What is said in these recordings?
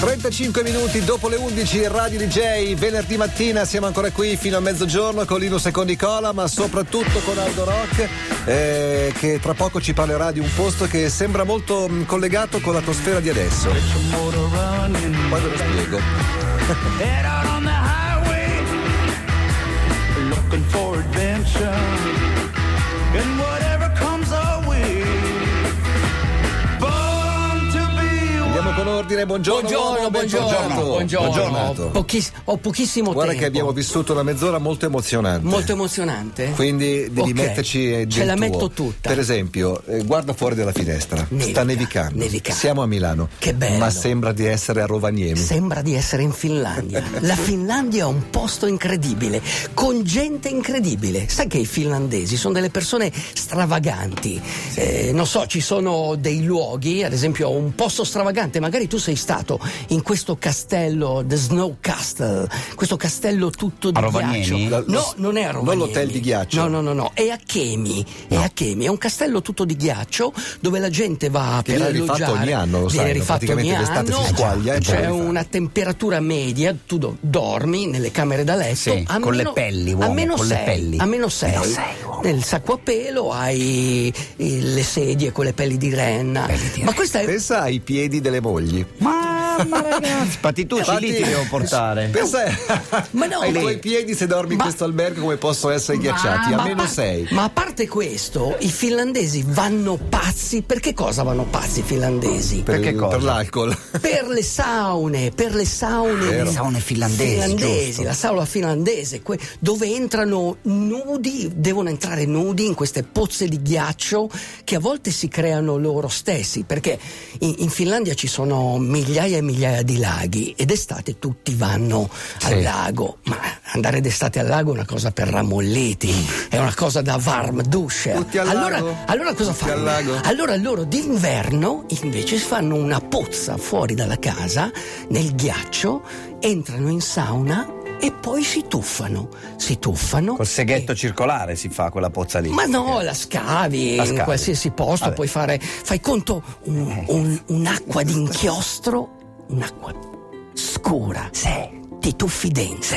35 minuti dopo le 11 Radio DJ, venerdì mattina siamo ancora qui fino a mezzogiorno con Linus e con Nicola, ma soprattutto con Aldo Rock eh, che tra poco ci parlerà di un posto che sembra molto mh, collegato con l'atmosfera di adesso. Poi ve lo spiego. Head out on the highway, looking for adventure. And whatever comes our way, born to be Andiamo con ordine, buongiorno. Buongiorno, uomo, buongiorno, bentornato. buongiorno. Bentornato. Ho, pochiss- ho pochissimo Guarda tempo. che abbiamo vissuto una mezz'ora molto emozionante. Molto emozionante. Quindi devi Ok, metterci eh, del Ce la tuo. metto tutta. Per esempio, eh, guarda fuori dalla finestra. Nevica, Sta nevicando. nevica. Siamo a Milano. Che bello. Ma sembra di essere a Rovaniemi. Sembra di essere in Finlandia. La Finlandia è un posto incredibile, con gente incredibile. Sai che i finlandesi sono delle persone stravaganti. Eh, non so, ci sono dei luoghi, ad esempio un posto stravagante, magari tu sei stato in questo castello, The Snow Castle, questo castello tutto di A Rovaniemi? La- lo ghiaccio. No, s- non è a non Rovaniemi. l'hotel di ghiaccio? No, no, no, no, è a Kemi, è a Kemi, è un castello tutto di ghiaccio dove la gente va Che per viene rifatto alloggiare. ogni anno, lo Viene sai, no? rifatto Praticamente ogni d'estate si anno. squaglia e poi C'è rifà. una temperatura media, tu do- dormi nelle camere da letto Sì, a con meno, le pelli, a uomo, meno con le 6, pelli. a meno 6. Meno sei, uomo. Nel sacco a pelo hai eh, le sedie con le pelli di renna. Ma questa è Pensa ai piedi delle mogli. Mamma ragazzi, patitucci lì ti devo portare. Pensa Ma no, ai ma- tuoi piedi se dormi in ma- questo albergo come possono essere ghiacciati. Ma a meno par- 6. Ma a parte questo, i finlandesi vanno pazzi. Perché cosa vanno pazzi i finlandesi? Per, Perché cosa? per l'alcol. per le saune, per le saune, Vero. di- Saune finlandesi, finlandesi, giusto. la sauna finlandese, que- dove entrano nudi, devono entrare nudi in queste pozze di ghiaccio che a volte si creano loro stessi, perché in, in Finlandia ci sono migliaia e migliaia di laghi ed estate tutti vanno al lago, ma andare d'estate al lago è una cosa per ramolliti, è una cosa da warm douche. Tutti al allora, lago? allora cosa Tutti fanno? al lago? Allora loro d'inverno invece fanno una pozza fuori dalla casa, nel ghiaccio, entrano in sauna e poi si tuffano. Si tuffano. Col seghetto e- circolare si fa quella pozza lì. Ma no, Eh. la scavi, La in scavi. qualsiasi posto, Vabbè. puoi fare. Fai conto un- Eh. un- un'acqua d'inchiostro, un'acqua scura. Ti tuffi dentro.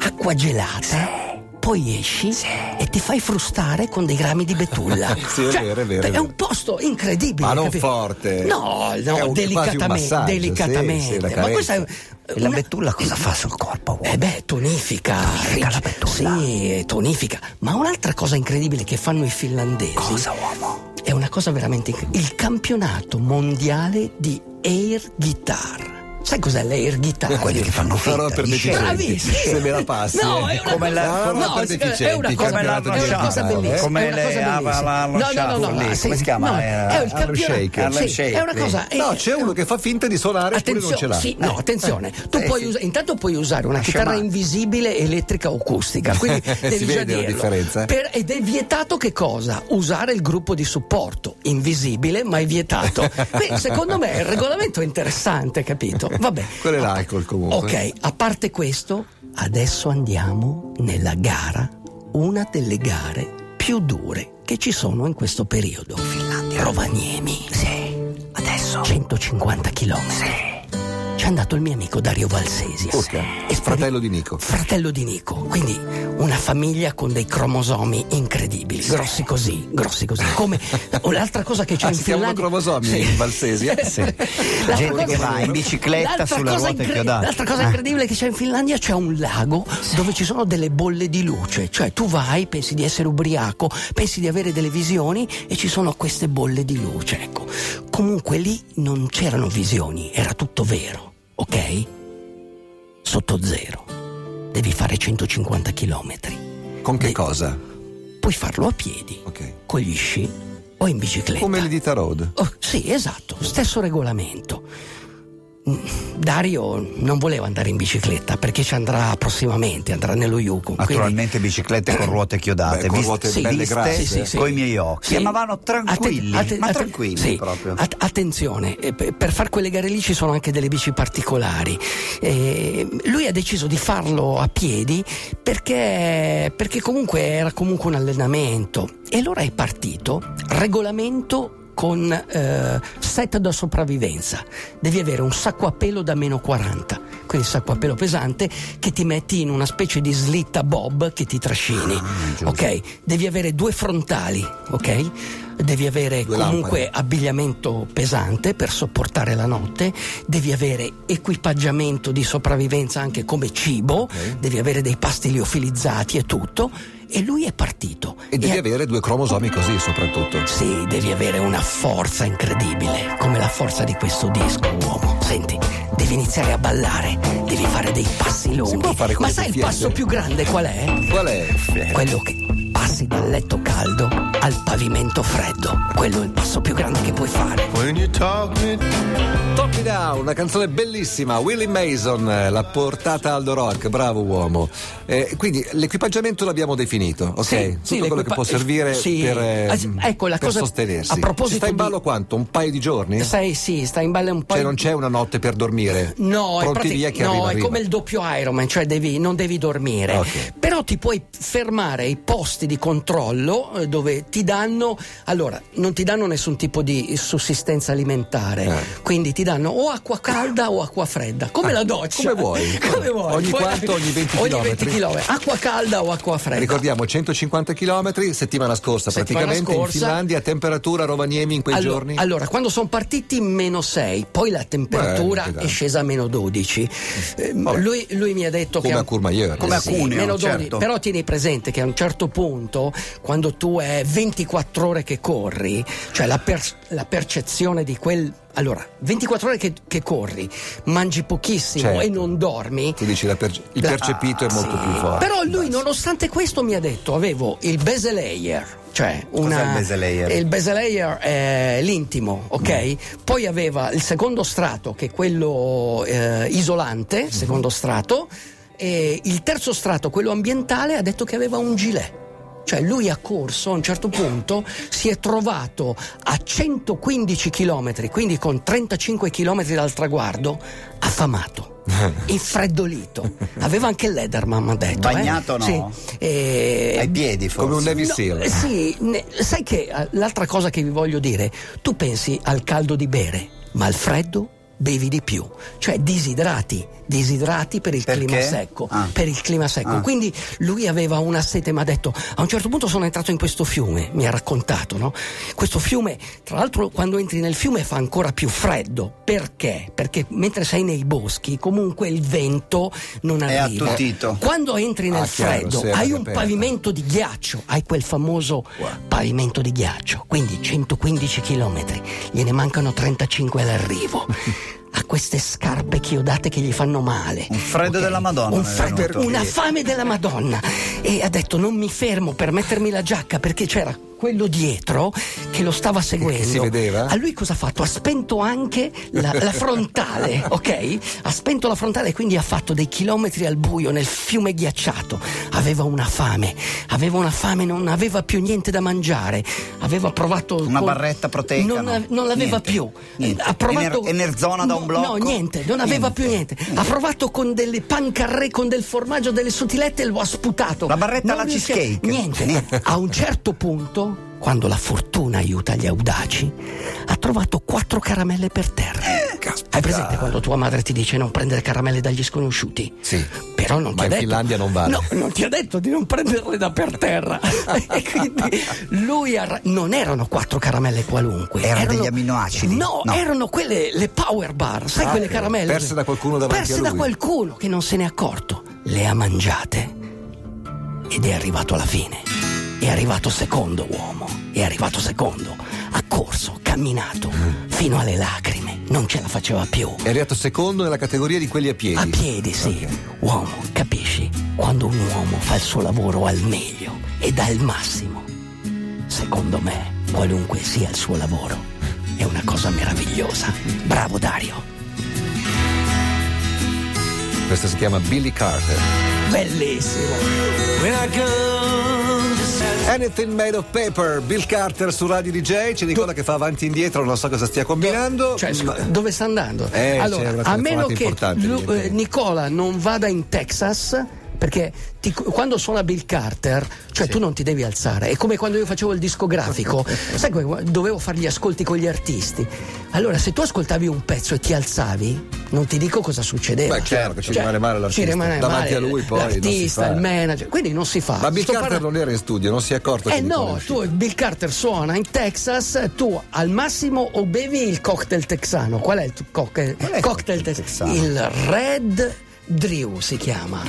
Acqua gelata. Poi esci e ti fai frustare con dei grami di betulla. Cioè, Sì, è vero, è vero, è È vero. un posto incredibile. Ma non capito? forte. No, no, È un- quasi un delicatamente. massaggio, sì, delicatamente. sì, la Ma carezza. questa è. E la una- betulla cosa fa sul corpo? uomo? eh beh, tonifica. Tonifica la Riggi- betulla. Sì, eh, tonifica. Ma un'altra cosa incredibile che fanno i finlandesi. Cosa uomo? È una cosa veramente incredibile. Il campionato mondiale di air guitar. Sai cos'è l'air guitar? Quelli che fanno Una roba finta per di deficienti. scena. Bravissimo. Se me la passi. No, eh. è una Come cosa, la- Ah, no, roba per si- deficienti, è una cosa, come la campionato di è una cosa Rocciano, Rochard, bellissima. come è una le- cosa bellissima. la- la no, no, no, Rochard no, lì, sì, come si chiama? no, è il Harlem Shake. campionato. Harlem Sì, Shake, è una sì. cosa. è- No, c'è uno che fa finta di suonare eppure non ce l'ha. sì, no, attenzione. Tu eh, puoi sì. usa- intanto puoi usare una chitarra scemata. invisibile, elettrica o acustica. Quindi Si devi già vede la dirlo. differenza, eh? Per- ed è vietato che cosa? Usare il gruppo di supporto. Invisibile, ma è vietato. Beh, secondo me il regolamento è interessante, capito? Vabbè. Quello è l'alcol comunque. Ok, a parte questo, adesso andiamo nella gara, una delle gare più dure che ci sono in questo periodo. Finlandia. Rovaniemi. Sì. Adesso. 150 km. Sì. Ci è andato il mio amico Dario Valsesi. Urca, fratello di Nico. Fratello di Nico, quindi una famiglia con dei cromosomi incredibili, grossi così, grossi così. Come o l'altra cosa che c'è Ah, in si chiamano Finlandia. cromosomi i valsesi, eh? Sì. L'altra Gente che cosa- va in bicicletta l'altra sulla cosa ruota incre- chiodata. L'altra cosa incredibile è che c'è in Finlandia c'è un lago dove ci sono delle bolle di luce, cioè tu vai, pensi di essere ubriaco, pensi di avere delle visioni e ci sono queste bolle di luce, ecco. Comunque lì non c'erano visioni, era tutto vero, ok? Sotto zero. Devi fare 150 km. Con che Beh, cosa? Puoi farlo a piedi, Ok. con gli sci o in bicicletta. Come l'Edita Road. Oh, sì, esatto, stesso regolamento. Mm, Dario non voleva andare in bicicletta perché ci andrà prossimamente, andrà nello Yukon. quindi- Naturalmente biciclette con ruote chiodate, Beh, con viste- ruote Sì, belle viste- grasse. sì, sì, sì. coi miei occhi. Sì. Ma vanno tranquilli, Atten- atten- ma atten- tranquilli sì. Certo. proprio. At- attenzione, eh, per per far quelle gare lì ci sono anche delle bici particolari. Eh, lui ha deciso di farlo a piedi perché, perché comunque era comunque un allenamento. E allora è partito regolamento con eh, set da sopravvivenza. Devi avere un sacco a pelo da meno 40, quindi sacco a pelo pesante che ti metti in una specie di slitta bob che ti Ah, trascini. ok? Devi avere due frontali, ok? Devi avere Due comunque lampade. abbigliamento pesante per sopportare la notte, devi avere equipaggiamento di sopravvivenza anche come cibo, devi avere dei pasti liofilizzati e tutto. E lui è partito. E devi E- avere due cromosomi così, soprattutto. Sì, devi avere una forza incredibile, come la forza di questo disco, uomo. Senti, devi iniziare a ballare, devi fare dei passi lunghi. può fare con Ma le sai il cuffiette? passo più grande qual è? Qual è? Quello che passi dal letto caldo al pavimento freddo. Quello è il passo più grande che puoi fare. When you talk me Top Me Down, una canzone bellissima, Willie Mason eh, l'ha portata Aldo Rock, bravo uomo. Eh, quindi l'equipaggiamento l'abbiamo definito, ok? Tutto quello l'equipa- che può servire sì. per, Ah, sì, ehm, ecco, la per cosa- sostenersi. a proposito Ci sta in di- ballo quanto? Un paio di giorni? Sai, sì, sta in ballo un po'. Cioè non c'è una notte per dormire? No, è, Pronti prati- via che no, arriva, è arriva. come il doppio Ironman, cioè devi- non devi dormire. Ok. Però ti puoi fermare ai posti di controllo eh, dove ti danno, allora, non ti danno nessun tipo di sussistenza alimentare, Eh. Ah, quindi ti danno o acqua calda o acqua fredda, come la doccia. come vuoi. Come vuoi. Ogni Poi- quanto, ogni 20 Ogni 20 chilometri. chilometri. Acqua calda o acqua fredda. Ricordiamo 150 km settimana scorsa Settimana praticamente scorsa. in Finlandia, temperatura a Rovaniemi in quei Allo- giorni? Allora, quando sono partiti meno 6, poi la temperatura Beh, non ti è dà. scesa a meno 12. Eh, lui, lui mi ha detto Come che... a Courmayeur. Eh Come a sì, Cuneo, meno certo. Però tieni presente che a un certo punto, quando tu è 24 ore che corri, cioè la, per- la percezione di quel... Allora, 24 ore che, che corri, mangi pochissimo Certo. e non dormi, Tu dici la perce- il percepito è molto Ah, sì. più forte. Però lui, nonostante questo, mi ha detto: avevo il base layer. Cioè, una, Cos'è il base layer? il base layer è l'intimo, ok? Mm. Poi aveva il secondo strato, che è quello eh, isolante, Mm-hmm. secondo strato, e il terzo strato, quello ambientale, ha detto che aveva un gilet. Cioè lui ha corso a un certo punto, si è trovato a 115 km, quindi con 35 km dal traguardo, affamato, infreddolito. Aveva anche l'Ederman, mi ha detto. Bagnato eh? no? Sì. E- ai piedi forse. Come un Navy No, Seal. eh, sì, ne- sai che eh, l'altra cosa che vi voglio dire, tu pensi al caldo di bere, ma al freddo bevi di più, cioè disidrati, disidrati per il Perché? clima secco, Ah. per il clima secco. Ah. Quindi lui aveva una sete, mi ha detto, a un certo punto sono entrato in questo fiume, mi ha raccontato, no? Questo fiume, tra l'altro quando entri nel fiume fa ancora più freddo, perché? Perché mentre sei nei boschi comunque il vento non È arriva. attutito. Quando entri nel Ah, chiaro, freddo sì, è hai aria un aperta. pavimento pavimento di ghiaccio, hai quel famoso pavimento di ghiaccio, quindi 115 km, gliene mancano 35 all'arrivo. Ha queste scarpe chiodate che gli fanno male. Un freddo ok? della Madonna Un mi è freddo- venuto. una fame della Madonna. E ha detto: Non mi fermo per mettermi la giacca perché c'era quello dietro che lo stava seguendo. si vedeva? A lui cosa ha fatto? Ha spento anche la, la frontale, ok? Ha spento la frontale e quindi ha fatto dei chilometri al buio nel fiume ghiacciato. Aveva una fame, aveva una fame, non aveva più niente da mangiare. Aveva provato. Una barretta proteica, Non, no? av- non l'aveva Niente, più. niente. Ha provato. Ener- enerzona da No, un blocco? No, niente, non aveva Niente. più niente. Ha provato con delle pancarre, con del formaggio, delle sutilette e lo ha sputato. La barretta Non alla riusciva- cheesecake. Niente. A un certo punto, quando la fortuna aiuta gli audaci, ha trovato quattro caramelle per terra. Hai presente quando tua madre ti dice non prendere caramelle dagli sconosciuti? Sì. Però Ma non ti ha in detto. Finlandia non vale. No, non ti ha detto di non prenderle da per terra. e quindi lui ha ra- non erano quattro caramelle qualunque. Erano degli aminoacidi? No, No. erano quelle, le power bar, sai quelle caramelle? Ah, Perse da qualcuno davanti Perse a da lui. qualcuno che non se n'è accorto. Le ha mangiate ed è arrivato alla fine. È arrivato secondo uomo, è arrivato secondo. Ha corso, camminato, Mm. fino alle lacrime. Non ce la faceva più. È arrivato secondo nella categoria di quelli a piedi. A piedi, sì. Uomo, capisci? Quando un uomo fa il suo lavoro al meglio e dà il massimo, secondo me, qualunque sia il suo lavoro, è una cosa meravigliosa. Bravo Dario. Questo si chiama Billy Carter. Bellissimo. Anything Made of Paper, Bill Carter su Radio DJ, c'è Nicola che fa avanti e indietro, non so cosa stia combinando. Cioè, Ma- scusa, dove sta andando? Eh, c'è allora, una a telefonata meno che importante, Lu- eh, evidentemente. Nicola non vada in Texas, Perché ti- quando suona Bill Carter, cioè tu non ti devi alzare. È come quando io facevo il discografico, sai, come dovevo fare gli ascolti con gli artisti. Allora, se tu ascoltavi un pezzo e ti alzavi, non ti dico cosa succedeva. Beh, chiaro che ci rimane male l'artista. Cioè, Ci rimane Davanti male a lui poi non si l'artista, fa. eh. il manager, quindi non si fa. Ma Bill Sto Carter parlando- non era in studio, non si è accorto eh che Nicola è no, uscito. tu Bill Carter suona in Texas, tu al massimo o bevi il cocktail texano. Qual è il tu- eh, cocktail, il cocktail cocktail tex- texano? Il Red Drew si chiama.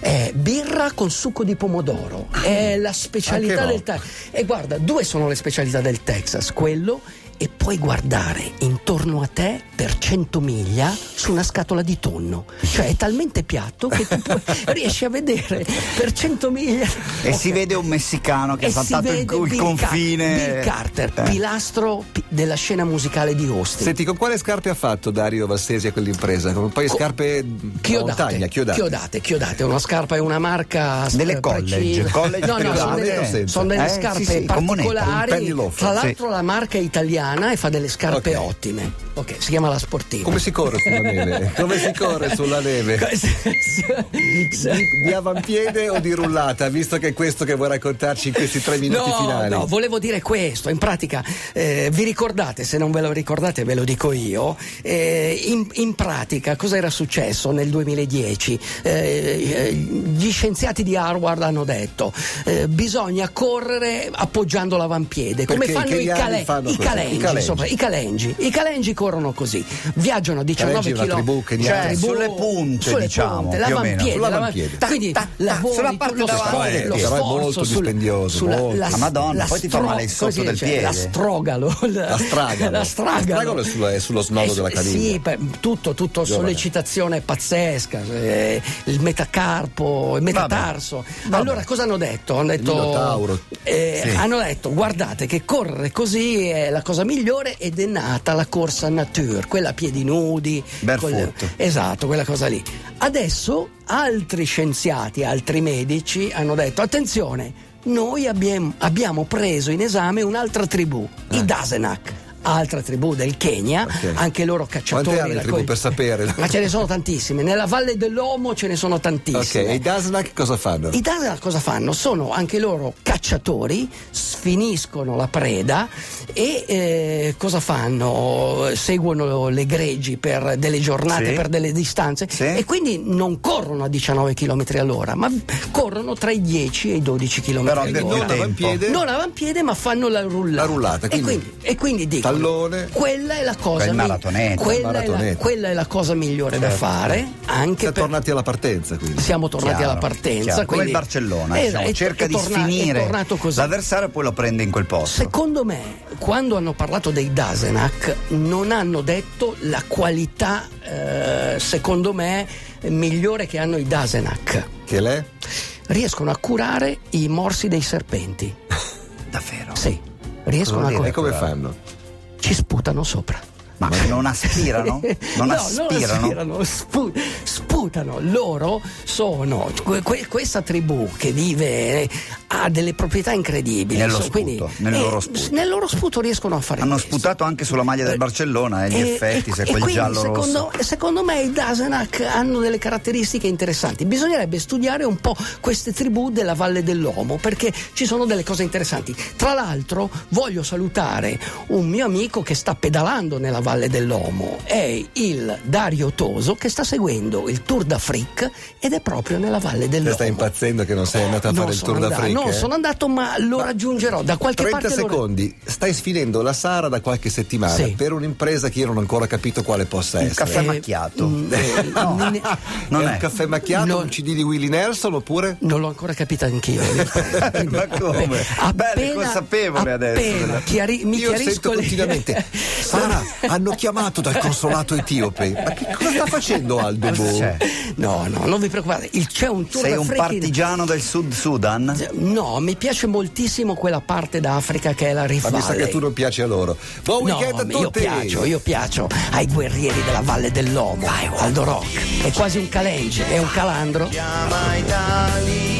È birra con succo di pomodoro. È la specialità Anche no. del Texas. E guarda, due sono le specialità del Texas, quello e poi guardare intorno a te per 100 miglia su una scatola di tonno. Cioè è talmente piatto che tu puoi- riesci a vedere per 100 miglia E si vede un messicano che ha e si saltato il, vede il Bill Car- confine. Bill Carter, Eh. pilastro pi- della scena musicale di Austin. Senti, con quale scarpe ha fatto Dario Vassesi a quell'impresa? Con un paio di Co- scarpe a Chiodate, montagna, chiodate. chiodate, chiodate. una scarpa è una marca s- Delle eh, college, precisa. college no, no, sono chiodate, ho delle, sentito. sono delle Eh, scarpe sì, sì, con moneta, un particolari. penny loafer, Tra sì. l'altro, la marca è italiana e fa delle scarpe Ok. ottime. Ok, si chiama la Sportiva. Come si corre sulla neve? Come si corre sulla neve? Di avampiede o di rullata? Visto che è questo che vuoi raccontarci in questi tre minuti no, finali. No, volevo dire questo. In pratica, eh, vi ricordate, se non ve lo ricordate ve lo dico io, eh, in, in pratica cosa era successo nel 2010? Eh, eh, gli scienziati di Harvard hanno detto eh, bisogna correre appoggiando l'avampiede, come Perché i fanno i, keniani cale- fanno i così, i calengi. calengi. insomma, I calengi. I calengi corrono così, viaggiano a 19 Calengi è una km. tribù keniana. Cioè, sulle punte, diciamo, più o meno. l'avampiede, Sull'avampiede. l'avampiede. Quindi Tac, tac, lavori sulla tu- parte lo davanti sforzo, del lo piede. Però è sforzo molto sul- dispendioso, molto. Ah, Madonna, poi ti fa male il sotto come si del dice? piede. La strogalo. La, L'astragalo. La stragalo. L'astragalo è sullo- è sullo snodo Eh, della caviglia. Sì, per- tutto, tutto Giovane. sollecitazione pazzesca. eh, il metacarpo, il metatarso. Allora cosa hanno detto? Hanno detto, minotauro. eh, hanno detto, guardate che correre così è la cosa migliore ed è nata la corsa nature, quella a piedi nudi. Barefoot. con- Esatto, quella cosa lì. Adesso altri scienziati, altri medici hanno detto: attenzione, noi abbiamo, abbiamo preso in esame un'altra tribù, i Dasenak. Altra tribù del Kenya, Eh. Ok. anche loro cacciatori. Quante hanno le tribù raccogli- per sapere? Ma ce ne sono tantissime. Nella valle dell'Omo ce ne sono Ok, tantissime. e i Dasnak cosa fanno? I Dasenak cosa fanno? Sono anche loro cacciatori, sfiniscono la preda e eh, cosa fanno? Seguono le greggi per delle giornate, Sì. per delle distanze Sì. e quindi non corrono a 19 km all'ora, ma corrono tra i 10 e i 12 km Però Quindi nel non all'ora. tempo. avampiede, Non avampiede, ma fanno la rullata. La rullata, e, quindi quindi, e quindi dicono: tallone. quella è la cosa Quel mi- maratoneta, quella, È la, maratoneta. quella è la cosa migliore da Certo. fare. Anche siete per- tornati alla partenza quindi. siamo tornati Chiaro, alla partenza. chiaro. Come quindi- il Barcellona, Eh, diciamo, è- cerca è di torna- È sfinire tornato così. l'avversario e poi lo prende in quel posto. Secondo me, quando hanno parlato dei Dasenak, non hanno detto la qualità, eh, secondo me, migliore che hanno i Dasenak. Che l'è? Riescono a curare i morsi dei serpenti. Davvero? Sì, riescono a Cosa vuol E curare. dire? come fanno? Ci sputano sopra. Ma non aspirano? Eh, Non no, aspirano? non aspirano, spu- sputano. Loro sono que- que- questa tribù che vive eh, ha delle proprietà incredibili. Nello So- sputo, quindi, nel eh, loro sputo. s- nel loro sputo riescono a fare Hanno questo. sputato anche sulla maglia del Eh, Barcellona e gli e- effetti, e- se e quel quindi giallo secondo, rosso. secondo me i Dasenak hanno delle caratteristiche interessanti. Bisognerebbe studiare un po' queste tribù della Valle dell'Omo perché ci sono delle cose interessanti. Tra l'altro voglio salutare un mio amico che sta pedalando nella Valle dell'Omo, è il Dario Toso che sta seguendo il Tour d'Afrique ed è proprio nella Valle Te dell'Omo. stai impazzendo che non sei andata a Non fare il sono tour andato- d'Africa? Non eh? sono andato ma lo raggiungerò da qualche 30 parte. lo- secondi, stai sfinendo la Sara da qualche settimana Sì. per un'impresa che io non ho ancora capito quale possa essere. caffè Eh, macchiato. mm, eh, ne- non è è. un caffè macchiato, No. un CD di Willie Nelson oppure? Non l'ho ancora capita anch'io. Ma come? Beh, Belle, consapevole adesso appena della- chiari- mi Io sento chiarisco le- continuamente Sara hanno chiamato dal consolato etiope. Ma che cosa sta facendo Aldo? Cosa Bo? c'è? No, no, non vi preoccupate, il- c'è un tour Sei da un freaking- partigiano del Sud Sudan? No, mi piace moltissimo quella parte d'Africa che è la Ma Rifale. mi sa che tu non piaci a loro. Buon No, weekend a tutti! io piaccio, io piaccio ai guerrieri della Valle dell'Omo, Aldo Rock. È quasi un calenge, è un calandro. Chiama Italia.